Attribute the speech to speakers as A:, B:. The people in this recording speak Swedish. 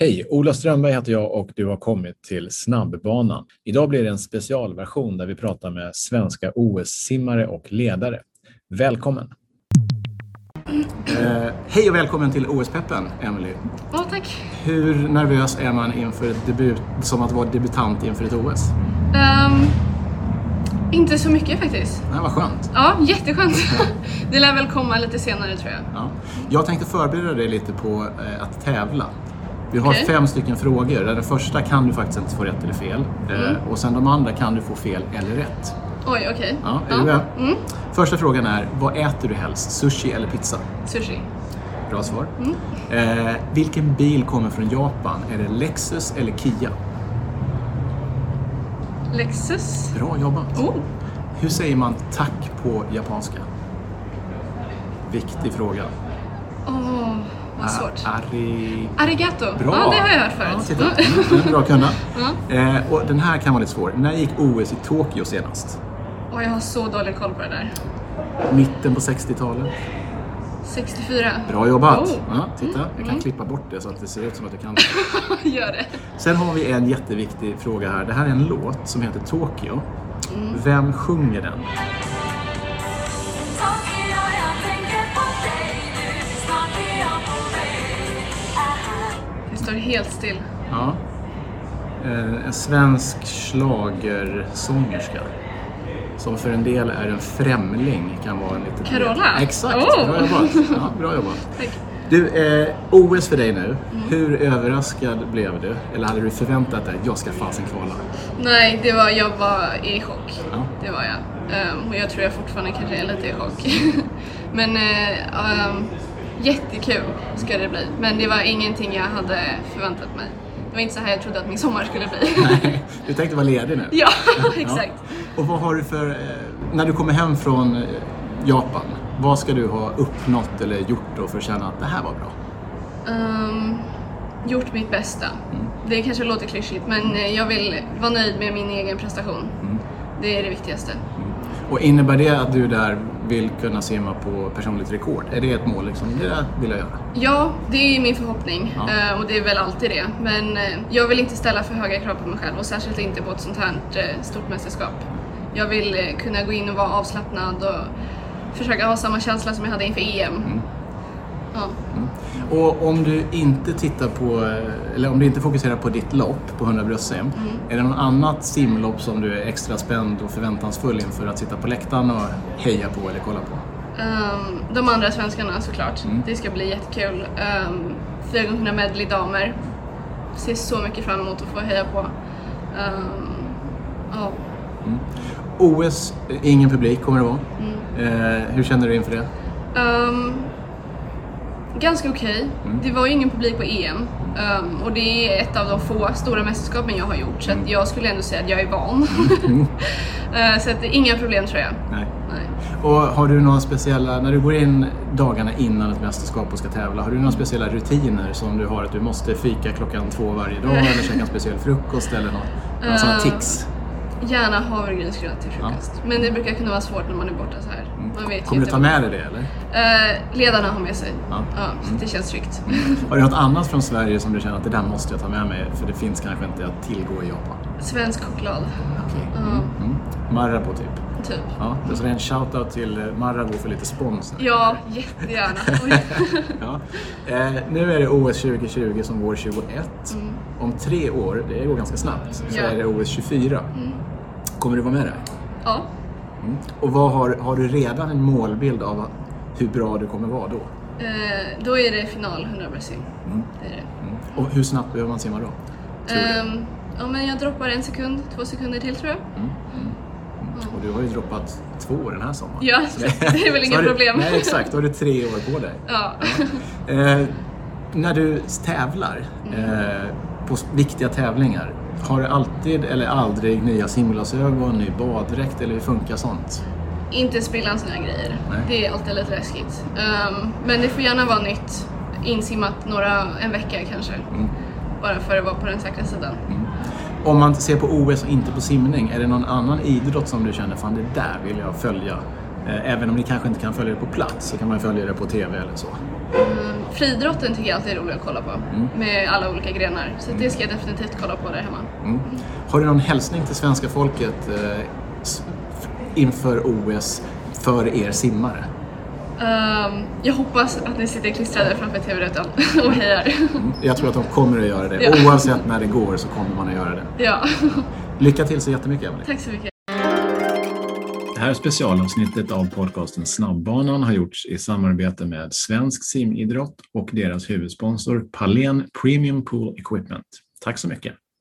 A: Hej! Ola Strömberg heter jag och du har kommit till Snabbbanan. Idag blir det en specialversion där vi pratar med svenska OS-simmare och ledare. Välkommen!
B: Eh, hej och välkommen till OS-peppen, Emily.
C: Ja, tack.
B: Hur nervös är man inför ett debut, som att vara debutant inför ett OS?
C: Ehm, inte så mycket faktiskt.
B: Nej, vad skönt.
C: Ja, jätteskönt. Det lär väl komma lite senare tror jag.
B: Ja. Jag tänkte förbereda dig lite på eh, att tävla. Vi har
C: Okej.
B: fem stycken frågor. Den första kan du faktiskt inte få rätt eller fel. Eh, Och sen de andra kan du få fel eller rätt.
C: Oj, okej.
B: Ja, är du med?
C: Mm.
B: Första frågan är, vad äter du helst? Sushi eller pizza?
C: Sushi.
B: Bra svar.
C: Mm.
B: Eh, vilken bil kommer från Japan? Är det Lexus eller Kia?
C: Lexus.
B: Bra jobbat.
C: Oh,
B: Hur säger man tack på japanska? Viktig fråga.
C: oh vad svårt.
B: Ah, Ari...
C: Arigato.
B: Bra!
C: Ja, det har jag hört förut.
B: Ja, titta.
C: Mm.
B: Mm, bra kunna. Eh, och den här kan vara lite svår. När gick OS i Tokyo senast?
C: Oj, jag har så dålig koll på det där.
B: Mitten på 60-talet.
C: 64.
B: Bra jobbat!
C: Oh.
B: Ja, titta, jag kan klippa bort det så att det ser ut som att jag kan.
C: Gör det.
B: Sen har vi en jätteviktig fråga här. Det här är en låt som heter Tokyo.
C: Mm.
B: Vem sjunger den?
C: Jag står helt still.
B: Ja. Eh, En svensk schlagersångerska. Som för en del är en främling. Kan vara en liten
C: Carola?
B: Exakt!
C: Oh!
B: Bra jobbat! Ja, bra jobbat.
C: Tack.
B: Du, eh, OS för dig nu.
C: Mm.
B: Hur överraskad blev du? Eller hade du förväntat dig att jag ska fasen kvala?
C: Nej, det var, jag var i chock.
B: Ja.
C: Det var jag. Ehm, och jag tror jag fortfarande kanske är lite i chock. Men eh, ehm, jättekul ska det bli. Men det var ingenting jag hade förväntat mig. Det var inte så här jag trodde att min sommar skulle bli.
B: Nej, du tänkte vara ledig nu?
C: ja, exakt.
B: Och vad har du för... Eh, när du kommer hem från eh, Japan, vad ska du ha uppnått eller gjort då för att känna att det här var bra?
C: Ehm, gjort mitt bästa.
B: Mm.
C: Det kanske låter klyschigt men eh, jag vill vara nöjd med min egen prestation.
B: Mm.
C: Det är det viktigaste.
B: Och innebär det att du där vill kunna simma på personligt rekord? Är det ett mål liksom? Det där vill jag göra.
C: Ja, det är min förhoppning
B: Ja.
C: eh, och det är väl alltid det. Men eh, jag vill inte ställa för höga krav på mig själv och särskilt inte på ett sånt här eh, stort mästerskap. Jag vill eh, kunna gå in och vara avslappnad och försöka ha samma känsla som jag hade inför EM. Ja.
B: Och om du inte tittar på, eh, eller om du inte fokuserar på ditt lopp på 100 bröstsim,
C: Mm.
B: är det något annat simlopp som du är extra spänd och förväntansfull inför att sitta på läktaren och heja på eller kolla på?
C: Ehm, de andra svenskarna såklart. Det ska bli jättekul. Um, 4x100 medley damer. Ser så mycket fram emot att få heja på. Ehm, ja.
B: OS, eh, ingen publik kommer det vara.
C: Mm.
B: Eh, hur känner du inför det?
C: Ehm, ganska okej.
B: Mm.
C: Det var ju ingen publik på EM. Ehm, och det är ett av de få stora mästerskapen jag har gjort. Så
B: Mm.
C: att jag skulle ändå säga att jag är van. Ehm, så att det är inga problem tror jag.
B: Nej.
C: Nej.
B: Och har du några speciella, när du går in dagarna innan ett mästerskap och ska tävla, har du några speciella rutiner som du har? Att du måste fika klockan två varje dag eller käka en speciell frukost eller något? Några sådana
C: Eh,
B: tics?
C: Gärna havregrynsgröt till frukost. Men det brukar kunna vara svårt när man är borta så här. Man vet ju
B: Mm. Kommer du
C: inte
B: ta
C: vad-
B: med dig det eller?
C: Eh, ledarna har med sig.
B: Ja. Mm.
C: Ja. så det känns tryggt.
B: Har du något annat från Sverige som du känner att det där måste jag ta med mig för det finns kanske inte att tillgå i Japan?
C: Svensk choklad,
B: Okej. Mm. Mm. Marabou typ.
C: typ.
B: Ja, så det är en shoutout till eh, Marabou för lite spons. här.
C: Ja, jättegärna. Oj.
B: Ja. Eh, nu är det OS 2020 som vår 21. Om tre år, det går ganska snabbt, så
C: Mm. Ja. Mm.
B: är det OS 24. Kommer du vara med där? Mm.
C: ja.
B: Och vad har, har du redan en målbild av hur bra du kommer vara då? Mm.
C: Eh, då är det final 100 brasil. Det är det.
B: Och hur snabbt behöver man simma då? Tror du?
C: Ehm, ja, men jag droppar en sekund, två sekunder till tror jag.
B: Mm. Och du har ju droppat två den här sommaren.
C: Ja, så det är väl
B: Så
C: inget
B: har du,
C: problem.
B: Nej, exakt. Då har du tre år på dig.
C: Ja.
B: Eh, när du tävlar eh, på s- viktiga tävlingar, har du alltid eller aldrig nya simglasögon, ny baddräkt eller hur funkar sånt?
C: Inte sprillans nya grejer.
B: Nej.
C: Det är alltid lite läskigt. Ehm, men det får gärna vara nytt. Insimmat några, en vecka kanske.
B: Mm.
C: Bara för att vara på den säkra sidan.
B: Om man ser på OS och inte på simning, är det någon annan idrott som du känner fan det där vill jag följa Eh, Även om ni kanske inte kan följa det på plats så kan man följa det på TV eller så.
C: Mm, Friidrotten tycker jag alltid är rolig att kolla på. Med alla olika grenar. Så det ska jag definitivt kolla på där hemma.
B: Mm. Har du någon hälsning till svenska folket eh, s- f- inför OS för er simmare?
C: Ehm, jag hoppas att ni sitter klistrade framför TV-rutan och hejar.
B: Mm, Jag tror att de kommer att göra det.
C: Ja.
B: Oavsett när det går så kommer man att göra det.
C: ja,
B: Lycka till så jättemycket Emelie.
C: tack så mycket.
A: Det här specialavsnittet av podcasten Snabbbanan har gjorts i samarbete med Svensk simidrott och deras huvudsponsor Palen Premium Pool Equipment. Tack så mycket!